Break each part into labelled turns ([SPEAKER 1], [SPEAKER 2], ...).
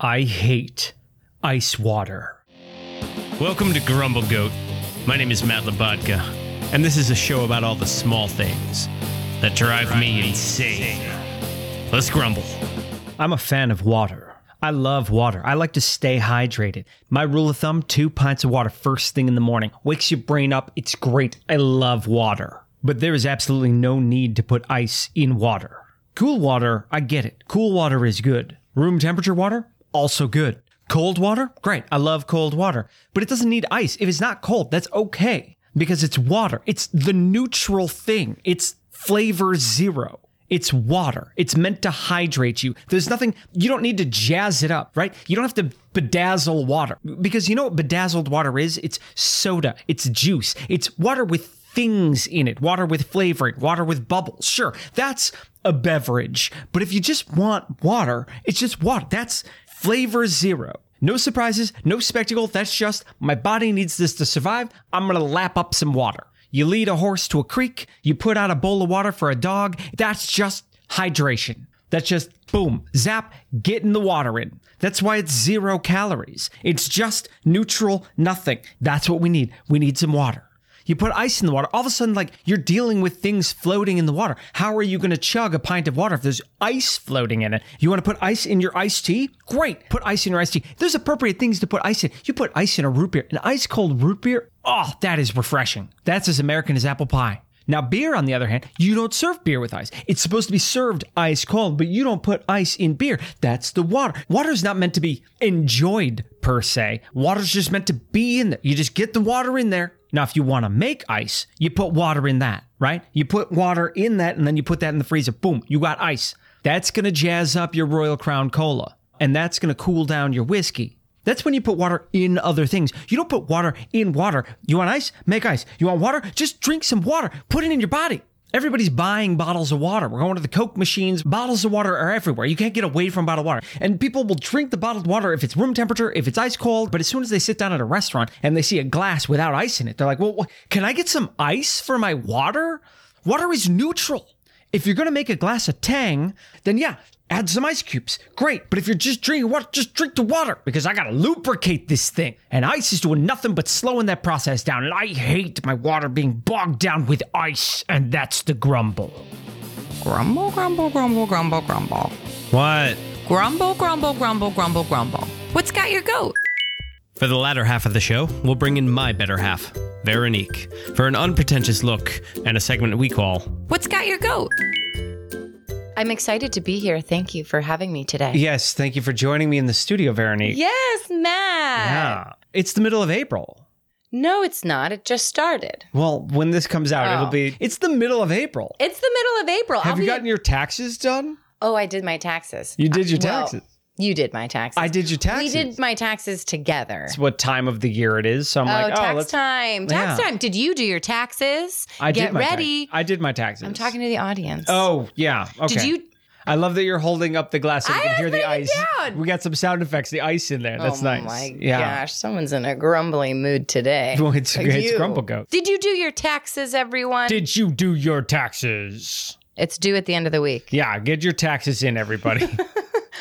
[SPEAKER 1] I hate ice water.
[SPEAKER 2] Welcome to Grumble Goat. My name is Matt Labodka, and this is a show about all the small things that drive me insane. Let's grumble.
[SPEAKER 1] I'm a fan of water. I love water. I like to stay hydrated. My rule of thumb two pints of water first thing in the morning. Wakes your brain up. It's great. I love water. But there is absolutely no need to put ice in water. Cool water, I get it. Cool water is good. Room temperature water, also good. Cold water, great. I love cold water. But it doesn't need ice. If it's not cold, that's okay because it's water. It's the neutral thing, it's flavor zero. It's water. It's meant to hydrate you. There's nothing, you don't need to jazz it up, right? You don't have to bedazzle water because you know what bedazzled water is? It's soda, it's juice, it's water with things in it, water with flavoring, water with bubbles. Sure, that's a beverage. But if you just want water, it's just water. That's flavor zero. No surprises, no spectacle. That's just my body needs this to survive. I'm going to lap up some water. You lead a horse to a creek, you put out a bowl of water for a dog. That's just hydration. That's just boom, zap, getting the water in. That's why it's zero calories. It's just neutral nothing. That's what we need. We need some water. You put ice in the water, all of a sudden, like you're dealing with things floating in the water. How are you going to chug a pint of water if there's ice floating in it? You want to put ice in your iced tea? Great. Put ice in your iced tea. There's appropriate things to put ice in. You put ice in a root beer, an ice cold root beer. Oh, that is refreshing. That's as American as apple pie. Now, beer, on the other hand, you don't serve beer with ice. It's supposed to be served ice cold, but you don't put ice in beer. That's the water. Water's not meant to be enjoyed per se. Water's just meant to be in there. You just get the water in there. Now, if you want to make ice, you put water in that, right? You put water in that and then you put that in the freezer. Boom, you got ice. That's going to jazz up your Royal Crown Cola and that's going to cool down your whiskey. That's when you put water in other things. You don't put water in water. You want ice? Make ice. You want water? Just drink some water. Put it in your body. Everybody's buying bottles of water. We're going to the Coke machines. Bottles of water are everywhere. You can't get away from bottled water. And people will drink the bottled water if it's room temperature, if it's ice cold. But as soon as they sit down at a restaurant and they see a glass without ice in it, they're like, well, wh- can I get some ice for my water? Water is neutral. If you're going to make a glass of Tang, then yeah, add some ice cubes. Great. But if you're just drinking water, just drink the water because I got to lubricate this thing. And ice is doing nothing but slowing that process down. And I hate my water being bogged down with ice. And that's the grumble.
[SPEAKER 3] Grumble, grumble, grumble, grumble, grumble.
[SPEAKER 2] What?
[SPEAKER 3] Grumble, grumble, grumble, grumble, grumble. What's got your goat?
[SPEAKER 2] For the latter half of the show, we'll bring in my better half, Veronique, for an unpretentious look and a segment we call
[SPEAKER 3] What's got your goat?
[SPEAKER 4] I'm excited to be here. Thank you for having me today.
[SPEAKER 1] Yes. Thank you for joining me in the studio, Veronique.
[SPEAKER 4] Yes, Matt.
[SPEAKER 1] Yeah. It's the middle of April.
[SPEAKER 4] No, it's not. It just started.
[SPEAKER 1] Well, when this comes out,
[SPEAKER 4] Oh.
[SPEAKER 1] it'll be. It's the middle of April.
[SPEAKER 4] It's the middle of April.
[SPEAKER 1] Have
[SPEAKER 4] I'll
[SPEAKER 1] you
[SPEAKER 4] be-
[SPEAKER 1] gotten your taxes done?
[SPEAKER 4] Oh, I did my taxes. Uh,
[SPEAKER 1] You did your
[SPEAKER 4] Well,
[SPEAKER 1] taxes.
[SPEAKER 4] You did my taxes.
[SPEAKER 1] I did your
[SPEAKER 4] We
[SPEAKER 1] taxes.
[SPEAKER 4] did my taxes together.
[SPEAKER 1] It's what time of the year it is. So I'm
[SPEAKER 4] oh,
[SPEAKER 1] like, oh,
[SPEAKER 4] tax
[SPEAKER 1] let's.
[SPEAKER 4] time. Tax
[SPEAKER 1] Yeah.
[SPEAKER 4] time. Did you do your taxes?
[SPEAKER 1] I
[SPEAKER 4] Get
[SPEAKER 1] did my tax-
[SPEAKER 4] ready.
[SPEAKER 1] I did my taxes.
[SPEAKER 4] I'm talking to the audience.
[SPEAKER 1] Oh yeah. Okay.
[SPEAKER 4] Did you
[SPEAKER 1] I love that you're holding up the glass so we
[SPEAKER 4] I
[SPEAKER 1] can hear
[SPEAKER 4] was
[SPEAKER 1] the
[SPEAKER 4] putting
[SPEAKER 1] ice.
[SPEAKER 4] it down.
[SPEAKER 1] We got some sound effects, the ice in there. That's
[SPEAKER 4] oh
[SPEAKER 1] nice.
[SPEAKER 4] my
[SPEAKER 1] yeah.
[SPEAKER 4] gosh, someone's in a grumbly mood today.
[SPEAKER 1] Well, it's, it's
[SPEAKER 4] You.
[SPEAKER 1] Grumble Goat.
[SPEAKER 4] Did you do your taxes, everyone?
[SPEAKER 1] Did you do your taxes?
[SPEAKER 4] it's due at the end of the week.
[SPEAKER 1] Yeah, get your taxes in, everybody.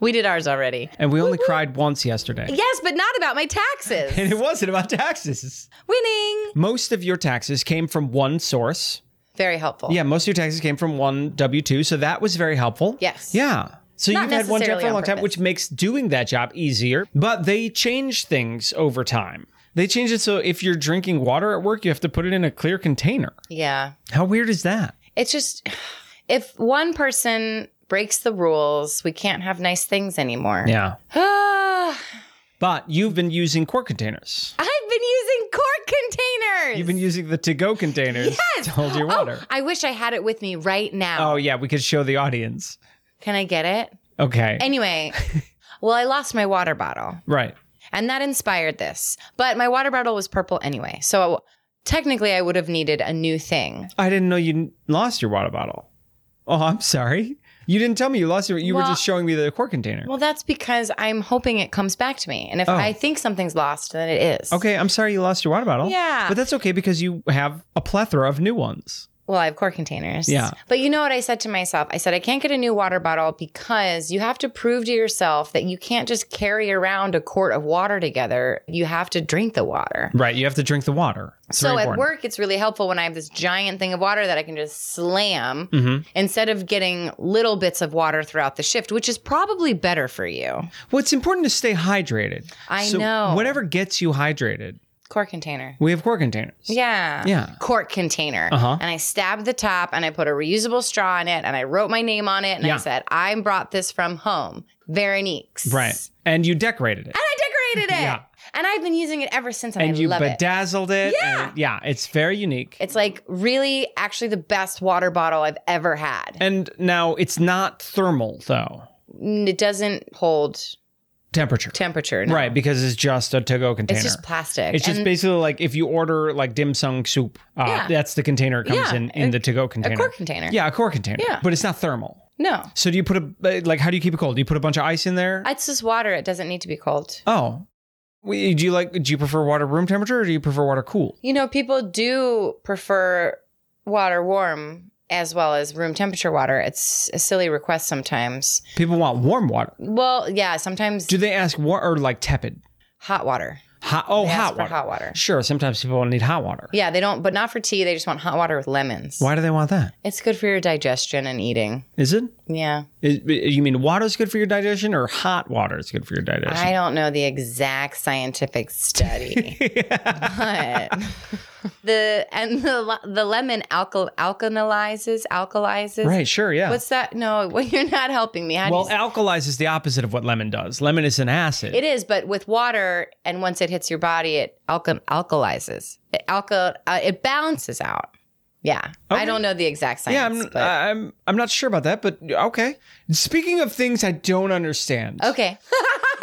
[SPEAKER 4] We did ours already.
[SPEAKER 1] and we only cried once yesterday.
[SPEAKER 4] Yes, but not about my taxes.
[SPEAKER 1] And it wasn't about taxes.
[SPEAKER 4] Winning.
[SPEAKER 1] Most of your taxes came from one source.
[SPEAKER 4] Very helpful.
[SPEAKER 1] Yeah, most of your taxes came from one W 2, so that was very helpful.
[SPEAKER 4] Yes.
[SPEAKER 1] Yeah. So
[SPEAKER 4] Not
[SPEAKER 1] you've had one job
[SPEAKER 4] necessarily
[SPEAKER 1] for a
[SPEAKER 4] on
[SPEAKER 1] long time,
[SPEAKER 4] purpose.
[SPEAKER 1] which makes doing that job easier, but they change things over time. They change it so if you're drinking water at work, you have to put it in a clear container.
[SPEAKER 4] Yeah.
[SPEAKER 1] How weird is that?
[SPEAKER 4] It's just if one person breaks the rules, we can't have nice things anymore.
[SPEAKER 1] Yeah.
[SPEAKER 4] Ah,
[SPEAKER 1] But you've been using quart containers.
[SPEAKER 4] I've been using quart containers.
[SPEAKER 1] You've been using the to-go containers
[SPEAKER 4] Yes.
[SPEAKER 1] to hold your water.
[SPEAKER 4] Oh, I wish I had it with me right now.
[SPEAKER 1] oh yeah, we could show the audience.
[SPEAKER 4] Can I get it?
[SPEAKER 1] Okay.
[SPEAKER 4] Anyway, well, I lost my water bottle.
[SPEAKER 1] right.
[SPEAKER 4] And that inspired this. But my water bottle was purple anyway. So technically, I would have needed a new thing.
[SPEAKER 1] I didn't know you n- lost your water bottle. Oh, I'm sorry. You didn't tell me you lost your. You were
[SPEAKER 4] Well-
[SPEAKER 1] just showing me the quart container.
[SPEAKER 4] Well, that's because I'm hoping it comes back to me. And if
[SPEAKER 1] Oh.
[SPEAKER 4] I think something's lost, then it is.
[SPEAKER 1] okay, I'm sorry you lost your water bottle.
[SPEAKER 4] Yeah.
[SPEAKER 1] But that's okay because you have a plethora of new ones.
[SPEAKER 4] Well, I have quart containers.
[SPEAKER 1] Yeah.
[SPEAKER 4] But you know what I said to myself? I said, I can't get a new water bottle because you have to prove to yourself that you can't just carry around a quart of water together. You have to drink the water.
[SPEAKER 1] Right. You have to drink the water. It's
[SPEAKER 4] so
[SPEAKER 1] very
[SPEAKER 4] at
[SPEAKER 1] important.
[SPEAKER 4] work, it's really helpful when I have this giant thing of water that I can just slam
[SPEAKER 1] Mhm.
[SPEAKER 4] instead of getting little bits of water throughout the shift, which is probably better for you.
[SPEAKER 1] Well, it's important to stay hydrated.
[SPEAKER 4] I
[SPEAKER 1] So
[SPEAKER 4] know.
[SPEAKER 1] Whatever gets you hydrated,
[SPEAKER 4] Quart container.
[SPEAKER 1] we have core containers.
[SPEAKER 4] Yeah.
[SPEAKER 1] Yeah.
[SPEAKER 4] Quart container.
[SPEAKER 1] Uh-huh.
[SPEAKER 4] And I stabbed the top and I put a reusable straw in it and I wrote my name on it and
[SPEAKER 1] Yeah.
[SPEAKER 4] I said, I brought this from home. Veronique's.
[SPEAKER 1] Right. And you decorated it.
[SPEAKER 4] And I decorated it.
[SPEAKER 1] Yeah.
[SPEAKER 4] And I've been using it ever since and,
[SPEAKER 1] And
[SPEAKER 4] I
[SPEAKER 1] you
[SPEAKER 4] love it.
[SPEAKER 1] bedazzled it.
[SPEAKER 4] Yeah.
[SPEAKER 1] and- yeah. It's very unique.
[SPEAKER 4] It's like really actually the best water bottle I've ever had.
[SPEAKER 1] and now it's not thermal, though.
[SPEAKER 4] N- it doesn't hold
[SPEAKER 1] Temperature.
[SPEAKER 4] temperature. no.
[SPEAKER 1] Right. Because it's just a to go container.
[SPEAKER 4] It's just plastic.
[SPEAKER 1] It's just
[SPEAKER 4] And
[SPEAKER 1] basically like if you order like dim sum soup, uh,
[SPEAKER 4] Yeah.
[SPEAKER 1] that's the container it comes
[SPEAKER 4] Yeah,
[SPEAKER 1] in in
[SPEAKER 4] a-
[SPEAKER 1] the to go
[SPEAKER 4] a
[SPEAKER 1] container.
[SPEAKER 4] quart container.
[SPEAKER 1] Yeah, a core container.
[SPEAKER 4] Yeah.
[SPEAKER 1] But it's not thermal.
[SPEAKER 4] No.
[SPEAKER 1] So do you put a like? How do you keep it cold? Do you put a bunch of ice in there?
[SPEAKER 4] It's just water. It doesn't need to be cold.
[SPEAKER 1] oh, We- do you like? Do you prefer water room temperature or do you prefer water cool?
[SPEAKER 4] You know, people do prefer water warm as well as room temperature water. It's a silly request sometimes.
[SPEAKER 1] People want warm water.
[SPEAKER 4] Well, yeah, sometimes
[SPEAKER 1] Do they ask warm or like tepid?
[SPEAKER 4] hot water.
[SPEAKER 1] Hot. Oh,
[SPEAKER 4] They ask
[SPEAKER 1] hot
[SPEAKER 4] for
[SPEAKER 1] water.
[SPEAKER 4] hot water.
[SPEAKER 1] Sure. Sometimes people need hot water.
[SPEAKER 4] Yeah, they don't, but not for tea. They just want hot water with lemons.
[SPEAKER 1] Why do they want that?
[SPEAKER 4] It's good for your digestion and eating.
[SPEAKER 1] Is it?
[SPEAKER 4] Yeah.
[SPEAKER 1] Is, you mean water's good for your digestion or hot water is good for your digestion?
[SPEAKER 4] I don't know the exact scientific study, but the and the le- the lemon alkal alkalizes alkalizes.
[SPEAKER 1] right. Sure. Yeah.
[SPEAKER 4] What's that? No, well, you're not helping me. How do you
[SPEAKER 1] well, alkalize is the opposite of what lemon does. Lemon is an acid.
[SPEAKER 4] It is, but with water, and once it hits your body, it alka- alkalizes. It alka- uh, it balances out. Yeah,
[SPEAKER 1] Okay.
[SPEAKER 4] I don't know the exact
[SPEAKER 1] yeah,
[SPEAKER 4] science.
[SPEAKER 1] I'm, uh,
[SPEAKER 4] but-
[SPEAKER 1] I'm I'm not sure about that, but okay. Speaking of things I don't understand.
[SPEAKER 4] okay.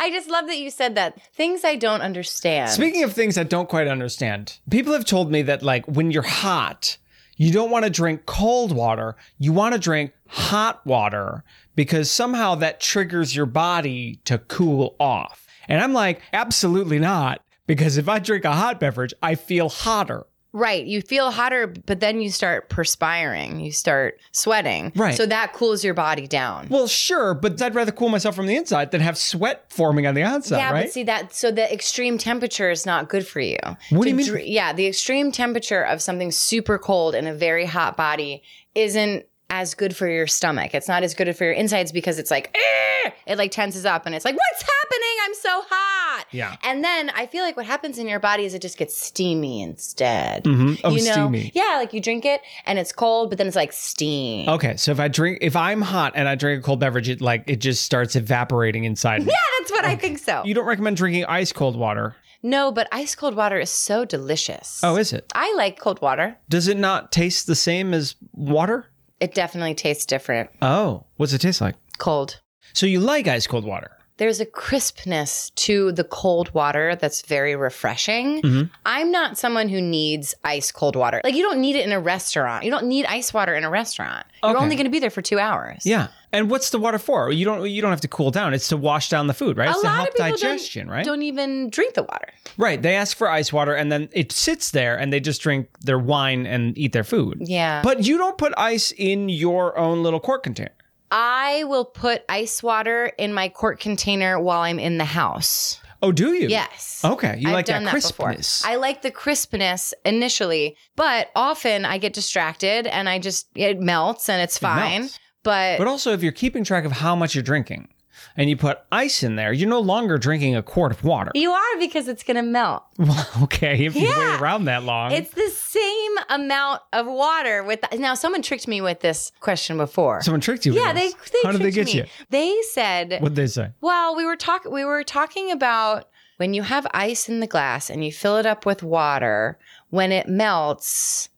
[SPEAKER 4] I just love that you said that. Things I don't understand.
[SPEAKER 1] Speaking of things I don't quite understand, people have told me that like when you're hot, you don't want to drink cold water. You want to drink hot water because somehow that triggers your body to cool off. And I'm like, absolutely not, because if I drink a hot beverage, I feel hotter.
[SPEAKER 4] right, you feel hotter, but then you start perspiring. You start sweating.
[SPEAKER 1] Right.
[SPEAKER 4] So that cools your body down.
[SPEAKER 1] Well, sure, but I'd rather cool myself from the inside than have sweat forming on the outside,
[SPEAKER 4] yeah,
[SPEAKER 1] right?
[SPEAKER 4] but see that. So the extreme temperature is not good for you.
[SPEAKER 1] What do
[SPEAKER 4] To
[SPEAKER 1] you mean?
[SPEAKER 4] dr- yeah, the extreme temperature of something super cold in a very hot body isn't as good for your stomach. It's not as good for your insides because it's like "Eh!" it like tenses up and it's like what's happening? I'm so hot.
[SPEAKER 1] Yeah.
[SPEAKER 4] And then I feel like what happens in your body is it just gets steamy instead.
[SPEAKER 1] Mhm. Oh,
[SPEAKER 4] you know?
[SPEAKER 1] steamy.
[SPEAKER 4] Yeah, like you drink it and it's cold, but then it's like steam.
[SPEAKER 1] Okay, so if I drink, if I'm hot and I drink a cold beverage, it like it just starts evaporating inside me.
[SPEAKER 4] Yeah, that's what I think so.
[SPEAKER 1] You don't recommend drinking ice cold water.
[SPEAKER 4] no, but ice cold water is so delicious.
[SPEAKER 1] Oh, is it?
[SPEAKER 4] I like cold water.
[SPEAKER 1] Does it not taste the same as water?
[SPEAKER 4] It definitely tastes different
[SPEAKER 1] Oh, what's it taste like?
[SPEAKER 4] cold.
[SPEAKER 1] So you like ice cold water?
[SPEAKER 4] There's a crispness to the cold water that's very refreshing.
[SPEAKER 1] Mm-hmm.
[SPEAKER 4] I'm not someone who needs ice cold water. Like, you don't need it in a restaurant. You don't need ice water in a restaurant. You're
[SPEAKER 1] Okay.
[SPEAKER 4] only going to be there for two hours.
[SPEAKER 1] Yeah. And what's the water for? You don't you don't have to cool down. It's to wash down the food, right?
[SPEAKER 4] A
[SPEAKER 1] It's to
[SPEAKER 4] lot
[SPEAKER 1] help
[SPEAKER 4] of people
[SPEAKER 1] digestion,
[SPEAKER 4] don't,
[SPEAKER 1] right?
[SPEAKER 4] don't even drink the water.
[SPEAKER 1] Right. They ask for ice water and then it sits there and they just drink their wine and eat their food.
[SPEAKER 4] Yeah.
[SPEAKER 1] But you don't put ice in your own little quart container.
[SPEAKER 4] I will put ice water in my quart container while I'm in the house.
[SPEAKER 1] Oh, do you?
[SPEAKER 4] Yes.
[SPEAKER 1] Okay. You
[SPEAKER 4] I've
[SPEAKER 1] like
[SPEAKER 4] done
[SPEAKER 1] that
[SPEAKER 4] before.
[SPEAKER 1] crispness.
[SPEAKER 4] I like the crispness initially, but often I get distracted and I just it melts and it's fine.
[SPEAKER 1] melts.
[SPEAKER 4] But,
[SPEAKER 1] But also, if you're keeping track of how much you're drinking and you put ice in there, you're no longer drinking a quart of water.
[SPEAKER 4] you are because it's gonna melt.
[SPEAKER 1] Well, okay, if you wait around that long.
[SPEAKER 4] It's the same amount of water with now someone tricked me with this question before.
[SPEAKER 1] Someone tricked you. with
[SPEAKER 4] yeah, they,
[SPEAKER 1] this.
[SPEAKER 4] they
[SPEAKER 1] How did they get
[SPEAKER 4] tricked
[SPEAKER 1] you?
[SPEAKER 4] me. They said
[SPEAKER 1] What'd they say?
[SPEAKER 4] Well, we were talking we were talking about when you have ice in the glass and you fill it up with water, when it melts,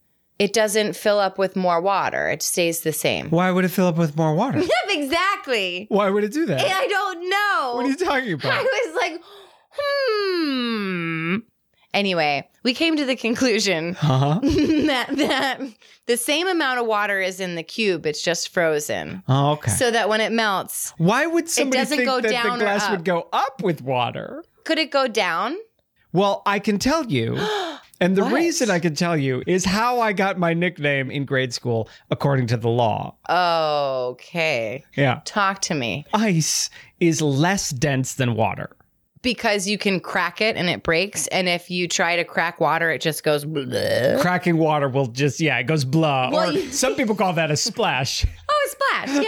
[SPEAKER 4] it doesn't fill up with more water. It stays the same.
[SPEAKER 1] Why would it fill up with more water?
[SPEAKER 4] Yep, exactly.
[SPEAKER 1] Why would it do that?
[SPEAKER 4] I don't know.
[SPEAKER 1] What are you talking about?
[SPEAKER 4] I was like, hmm. Anyway, we came to the conclusion
[SPEAKER 1] Huh?
[SPEAKER 4] that, that the same amount of water is in the cube, it's just frozen.
[SPEAKER 1] Oh, okay.
[SPEAKER 4] So that when it melts,
[SPEAKER 1] Why would somebody
[SPEAKER 4] doesn't
[SPEAKER 1] think
[SPEAKER 4] go
[SPEAKER 1] that the
[SPEAKER 4] down or
[SPEAKER 1] glass
[SPEAKER 4] up.
[SPEAKER 1] would go up with water?
[SPEAKER 4] could it go down?
[SPEAKER 1] Well, I can tell you. And the
[SPEAKER 4] What?
[SPEAKER 1] reason I can tell you is how I got my nickname in grade school, according to the law.
[SPEAKER 4] Okay.
[SPEAKER 1] Yeah.
[SPEAKER 4] Talk to me.
[SPEAKER 1] Ice is less dense than water.
[SPEAKER 4] Because you can crack it and it breaks. And if you try to crack water, it just goes. Oh, bleh.
[SPEAKER 1] Cracking water will just, yeah, it goes blah.
[SPEAKER 4] Well,
[SPEAKER 1] or
[SPEAKER 4] you-
[SPEAKER 1] some people call that a splash.
[SPEAKER 4] Oh, it splashed.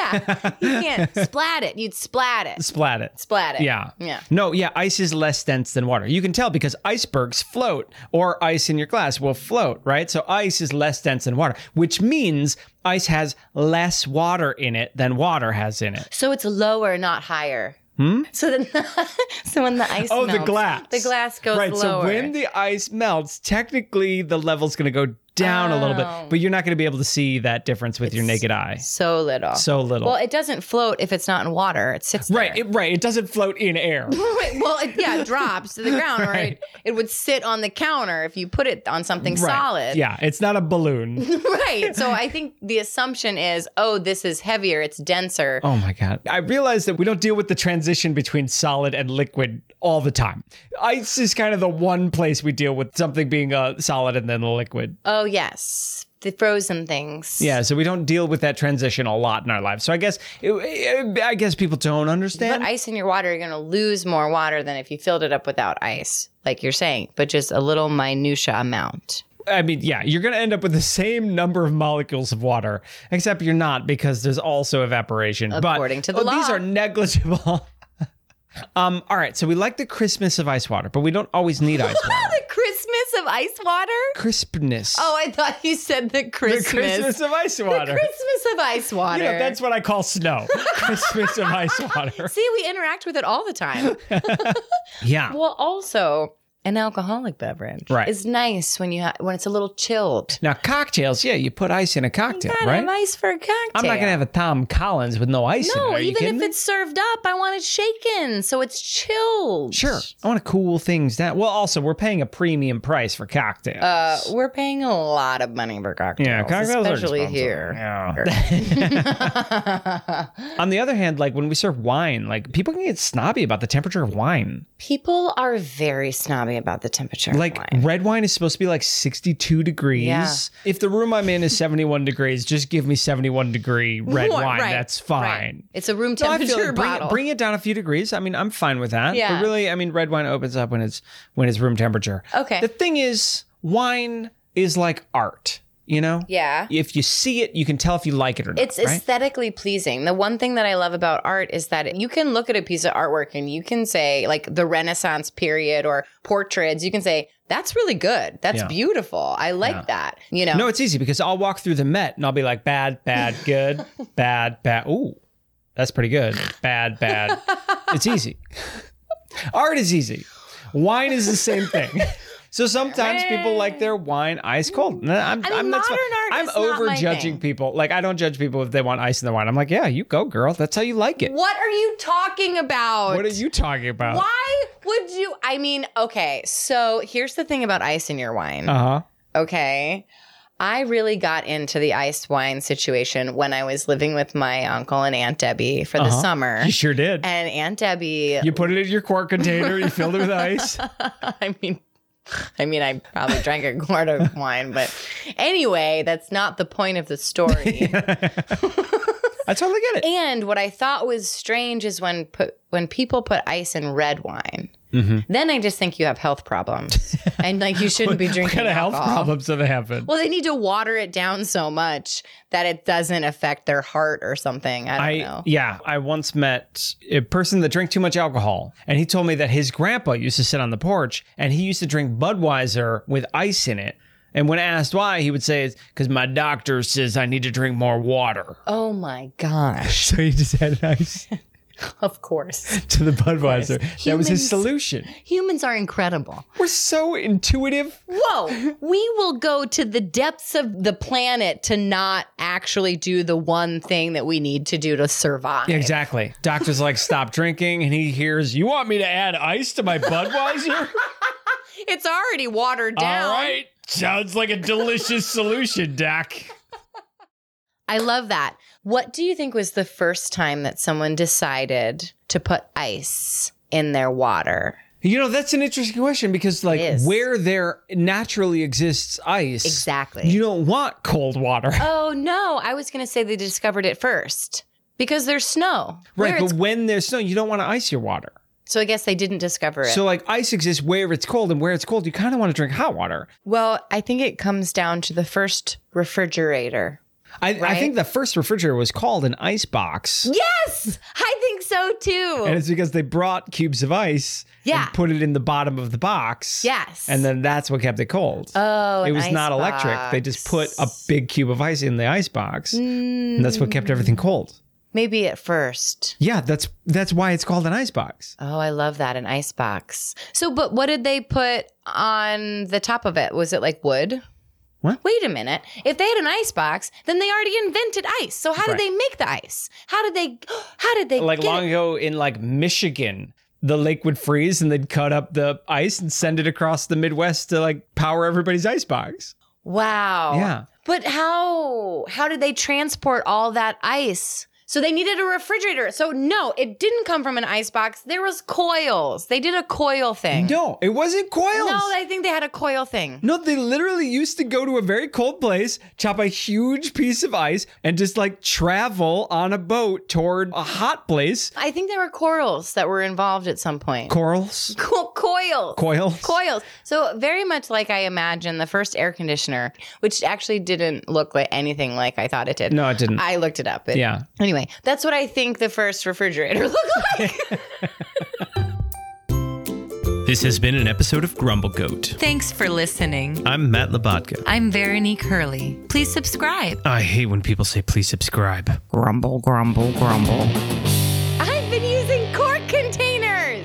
[SPEAKER 4] Yeah. you can't splat it. You'd splat it.
[SPEAKER 1] Splat it.
[SPEAKER 4] Splat it.
[SPEAKER 1] Yeah.
[SPEAKER 4] Yeah.
[SPEAKER 1] No, yeah, ice is less dense than water. You can tell because icebergs float or ice in your glass will float, right? So ice is less dense than water, which means ice has less water in it than water has in it.
[SPEAKER 4] So it's lower, not higher. Hmm? So then, so when the ice
[SPEAKER 1] Oh, the
[SPEAKER 4] melts,
[SPEAKER 1] glass.
[SPEAKER 4] the glass goes
[SPEAKER 1] Right,
[SPEAKER 4] lower.
[SPEAKER 1] so when the ice melts, technically the level's going to go down a little
[SPEAKER 4] Oh.
[SPEAKER 1] bit, but you're not going to be able to see that difference with your naked eye.
[SPEAKER 4] so little,
[SPEAKER 1] So little.
[SPEAKER 4] Well, it doesn't float if it's not in water. It sits
[SPEAKER 1] right,
[SPEAKER 4] there.
[SPEAKER 1] it, right, it doesn't float in air.
[SPEAKER 4] Wait, well, it, yeah, it drops to the ground, or it, it would sit on the counter if you put it on something
[SPEAKER 1] Right.
[SPEAKER 4] solid.
[SPEAKER 1] Yeah, it's not a balloon.
[SPEAKER 4] right. So I think the assumption is, oh, this is heavier, it's denser.
[SPEAKER 1] Oh my God. I realize that we don't deal with the transition between solid and liquid all the time. Ice is kind of the one place we deal with something being uh, solid and then a liquid.
[SPEAKER 4] Oh, yes, the frozen things.
[SPEAKER 1] Yeah, so we don't deal with that transition a lot in our lives. So I guess I guess people don't
[SPEAKER 4] Put
[SPEAKER 1] understand.
[SPEAKER 4] ice in your water, you're going to lose more water than if you filled it up without ice, like you're saying, but just a little minutia amount.
[SPEAKER 1] I mean, yeah, you're going to end up with the same number of molecules of water, except you're not because there's also evaporation.
[SPEAKER 4] According
[SPEAKER 1] but,
[SPEAKER 4] to the
[SPEAKER 1] oh, these
[SPEAKER 4] law.
[SPEAKER 1] are negligible. um, all right, so we like the crispness of ice water, but we don't always need ice water.
[SPEAKER 4] the Christmas of ice water?
[SPEAKER 1] Crispness.
[SPEAKER 4] Oh, I thought you said the
[SPEAKER 1] the
[SPEAKER 4] Christmas.
[SPEAKER 1] Christmas of ice water.
[SPEAKER 4] Christmas of ice water.
[SPEAKER 1] You know, that's what I call snow. Christmas of ice water.
[SPEAKER 4] See, we interact with it all the time.
[SPEAKER 1] Yeah.
[SPEAKER 4] well, also, an alcoholic beverage
[SPEAKER 1] Right.
[SPEAKER 4] is nice when you ha- when it's a little chilled.
[SPEAKER 1] Now cocktails, yeah, you put ice in a cocktail,
[SPEAKER 4] Gotta
[SPEAKER 1] right?
[SPEAKER 4] have ice for a cocktail.
[SPEAKER 1] I'm not gonna have a Tom Collins with no ice in it.
[SPEAKER 4] No,
[SPEAKER 1] Are you
[SPEAKER 4] even
[SPEAKER 1] kidding
[SPEAKER 4] if
[SPEAKER 1] me?
[SPEAKER 4] it's served up, I want it shaken so it's chilled.
[SPEAKER 1] sure, I want to cool things down. Well, also we're paying a premium price for cocktails.
[SPEAKER 4] Uh, we're paying a lot of money for cocktails.
[SPEAKER 1] yeah, cocktails are
[SPEAKER 4] especially
[SPEAKER 1] expensive.
[SPEAKER 4] here.
[SPEAKER 1] Yeah. On the other hand, like when we serve wine, like people can get snobby about the temperature of wine.
[SPEAKER 4] People are very snobby about the temperature. of
[SPEAKER 1] Like
[SPEAKER 4] wine.
[SPEAKER 1] red wine is supposed to be like 62 degrees.
[SPEAKER 4] Yeah.
[SPEAKER 1] If the room I'm in is 71 degrees, just give me 71 degree red
[SPEAKER 4] Right,
[SPEAKER 1] wine.
[SPEAKER 4] right,
[SPEAKER 1] That's
[SPEAKER 4] right.
[SPEAKER 1] fine.
[SPEAKER 4] It's a room
[SPEAKER 1] No, I
[SPEAKER 4] temperature
[SPEAKER 1] feel it. bring,
[SPEAKER 4] bottle.
[SPEAKER 1] bring it down a few degrees. I mean, I'm fine with that.
[SPEAKER 4] Yeah.
[SPEAKER 1] But really, I mean, red wine opens up when it's when it's room temperature.
[SPEAKER 4] Okay.
[SPEAKER 1] The thing is, wine is like art. You know.
[SPEAKER 4] Yeah.
[SPEAKER 1] If you see it, you can tell if you like it or not.
[SPEAKER 4] It's
[SPEAKER 1] right?
[SPEAKER 4] aesthetically pleasing. The one thing that I love about art is that you can look at a piece of artwork and you can say, like the Renaissance period or portraits, you can say, that's really good. That's
[SPEAKER 1] Yeah.
[SPEAKER 4] beautiful. I like that. You know,
[SPEAKER 1] No, it's easy because I'll walk through the Met and I'll be like, bad, bad, good, bad, bad. Ooh, that's pretty good. Bad, bad. it's easy. Art is easy. Wine is the same thing. So sometimes people like their wine ice cold. And I'm,
[SPEAKER 4] Mm. mean,
[SPEAKER 1] I'm not,
[SPEAKER 4] modern art
[SPEAKER 1] I'm
[SPEAKER 4] is not
[SPEAKER 1] over
[SPEAKER 4] my
[SPEAKER 1] judging
[SPEAKER 4] thing.
[SPEAKER 1] people. Like I don't judge people if they want ice in their wine. I'm like, yeah, you go, girl. That's how you like it.
[SPEAKER 4] what are you talking about?
[SPEAKER 1] What are you talking about?
[SPEAKER 4] Why would you? I mean, okay. So here's the thing about ice in your wine.
[SPEAKER 1] Uh huh.
[SPEAKER 4] okay. I really got into the iced wine situation when I was living with my uncle and Aunt Debbie for the summer.
[SPEAKER 1] Uh-huh. You sure did.
[SPEAKER 4] And Aunt Debbie,
[SPEAKER 1] You put it in your quart container. You filled it with ice.
[SPEAKER 4] I mean, I mean, I probably drank a quart of wine, but anyway, that's not the point of the story.
[SPEAKER 1] I totally get it.
[SPEAKER 4] And what I thought was strange is when put, when people put ice in red wine.
[SPEAKER 1] Mm-hmm.
[SPEAKER 4] Then I just think you have health problems, and like you shouldn't be
[SPEAKER 1] What
[SPEAKER 4] drinking
[SPEAKER 1] kind of health
[SPEAKER 4] alcohol.
[SPEAKER 1] problems that happen?
[SPEAKER 4] Well, they need to water it down so much that it doesn't affect their heart or something. I
[SPEAKER 1] I
[SPEAKER 4] don't know.
[SPEAKER 1] yeah, I once met a person that drank too much alcohol, and he told me that his grandpa used to sit on the porch and he used to drink Budweiser with ice in it. And when asked why, he would say, "It's because my doctor says I need to drink more water."
[SPEAKER 4] Oh my gosh!
[SPEAKER 1] So he just added ice
[SPEAKER 4] Of course,
[SPEAKER 1] to the Budweiser. That was his
[SPEAKER 4] Humans-
[SPEAKER 1] solution.
[SPEAKER 4] humans are incredible.
[SPEAKER 1] We're so intuitive.
[SPEAKER 4] Whoa! We will go to the depths of the planet to not actually do the one thing that we need to do to survive.
[SPEAKER 1] Exactly. Doctor's like, "Stop drinking," and he hears, "You want me to add ice to my Budweiser?"
[SPEAKER 4] It's already watered down.
[SPEAKER 1] All right, sounds like a delicious solution, Doc.
[SPEAKER 4] I love that. What do you think was the first time that someone decided to put ice in their water?
[SPEAKER 1] You know, that's an interesting question because,
[SPEAKER 4] It
[SPEAKER 1] like,
[SPEAKER 4] is.
[SPEAKER 1] where there naturally exists ice,
[SPEAKER 4] Exactly.
[SPEAKER 1] you don't want cold water.
[SPEAKER 4] Oh no, I was gonna say they discovered it first because there's snow. Where
[SPEAKER 1] right. But
[SPEAKER 4] it's-
[SPEAKER 1] when there's snow, you don't want to ice your water.
[SPEAKER 4] so I guess they didn't discover it.
[SPEAKER 1] So, like, ice exists where it's cold, and where it's cold, you kind of want to drink hot water.
[SPEAKER 4] well, I think it comes down to the first refrigerator.
[SPEAKER 1] I, I
[SPEAKER 4] Right?
[SPEAKER 1] think the first refrigerator was called an ice box.
[SPEAKER 4] Yes, I think so too.
[SPEAKER 1] And it's because they brought cubes of ice
[SPEAKER 4] Yeah.
[SPEAKER 1] and put it in the bottom of the box.
[SPEAKER 4] Yes.
[SPEAKER 1] And then that's what kept it cold.
[SPEAKER 4] oh,
[SPEAKER 1] it
[SPEAKER 4] an
[SPEAKER 1] was not
[SPEAKER 4] ice
[SPEAKER 1] electric. They just put a
[SPEAKER 4] box.
[SPEAKER 1] big cube of ice in the ice box. And that's what kept everything
[SPEAKER 4] Mm.
[SPEAKER 1] cold.
[SPEAKER 4] maybe at first.
[SPEAKER 1] Yeah, that's that's why it's called an ice box.
[SPEAKER 4] Oh, I love that an ice box. So, but what did they put on the top of it? Was it like wood?
[SPEAKER 1] What?
[SPEAKER 4] Wait a minute. If they had an ice box, then they already invented ice. So how
[SPEAKER 1] Right.
[SPEAKER 4] did they make the ice? How did they? How did they?
[SPEAKER 1] Like
[SPEAKER 4] get
[SPEAKER 1] long
[SPEAKER 4] it?
[SPEAKER 1] ago in like Michigan, the lake would freeze and they'd cut up the ice and send it across the Midwest to like power everybody's ice box.
[SPEAKER 4] Wow.
[SPEAKER 1] Yeah.
[SPEAKER 4] But how? How did they transport all that ice? So they needed a refrigerator. So no, it didn't come from an ice box. There was coils. They did a coil thing.
[SPEAKER 1] No, it wasn't coils.
[SPEAKER 4] No, I think they had a coil thing.
[SPEAKER 1] No, they literally used to go to a very cold place, chop a huge piece of ice, and just like travel on a boat toward a hot place.
[SPEAKER 4] I think there were corals that were involved at some point.
[SPEAKER 1] Corals?
[SPEAKER 4] Co- coils.
[SPEAKER 1] Coils?
[SPEAKER 4] Coils. So very much like I imagine the first air conditioner, which actually didn't look like anything like I thought it did.
[SPEAKER 1] No, it didn't.
[SPEAKER 4] I looked it up. It-
[SPEAKER 1] yeah.
[SPEAKER 4] Anyway, that's what I think the first refrigerator looked like.
[SPEAKER 2] This has been an episode of Grumble Goat.
[SPEAKER 3] Thanks for listening.
[SPEAKER 2] I'm Matt Labatka.
[SPEAKER 3] I'm Veronique Hurley. Please subscribe.
[SPEAKER 2] I hate when people say please subscribe.
[SPEAKER 3] Grumble, grumble, grumble.
[SPEAKER 4] I've been using cork containers.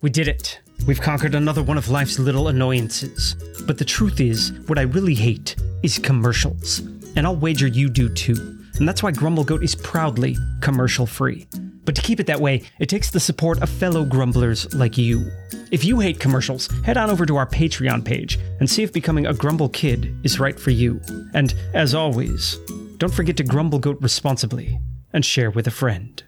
[SPEAKER 1] We did it. We've conquered another one of life's little annoyances. But the truth is, what I really hate is commercials. And I'll wager you do too. And that's why Grumble Goat is proudly commercial free. But to keep it that way, it takes the support of fellow grumblers like you. If you hate commercials, head on over to our Patreon page and see if becoming a Grumble Kid is right for you. And as always, don't forget to Grumble Goat responsibly and share with a friend.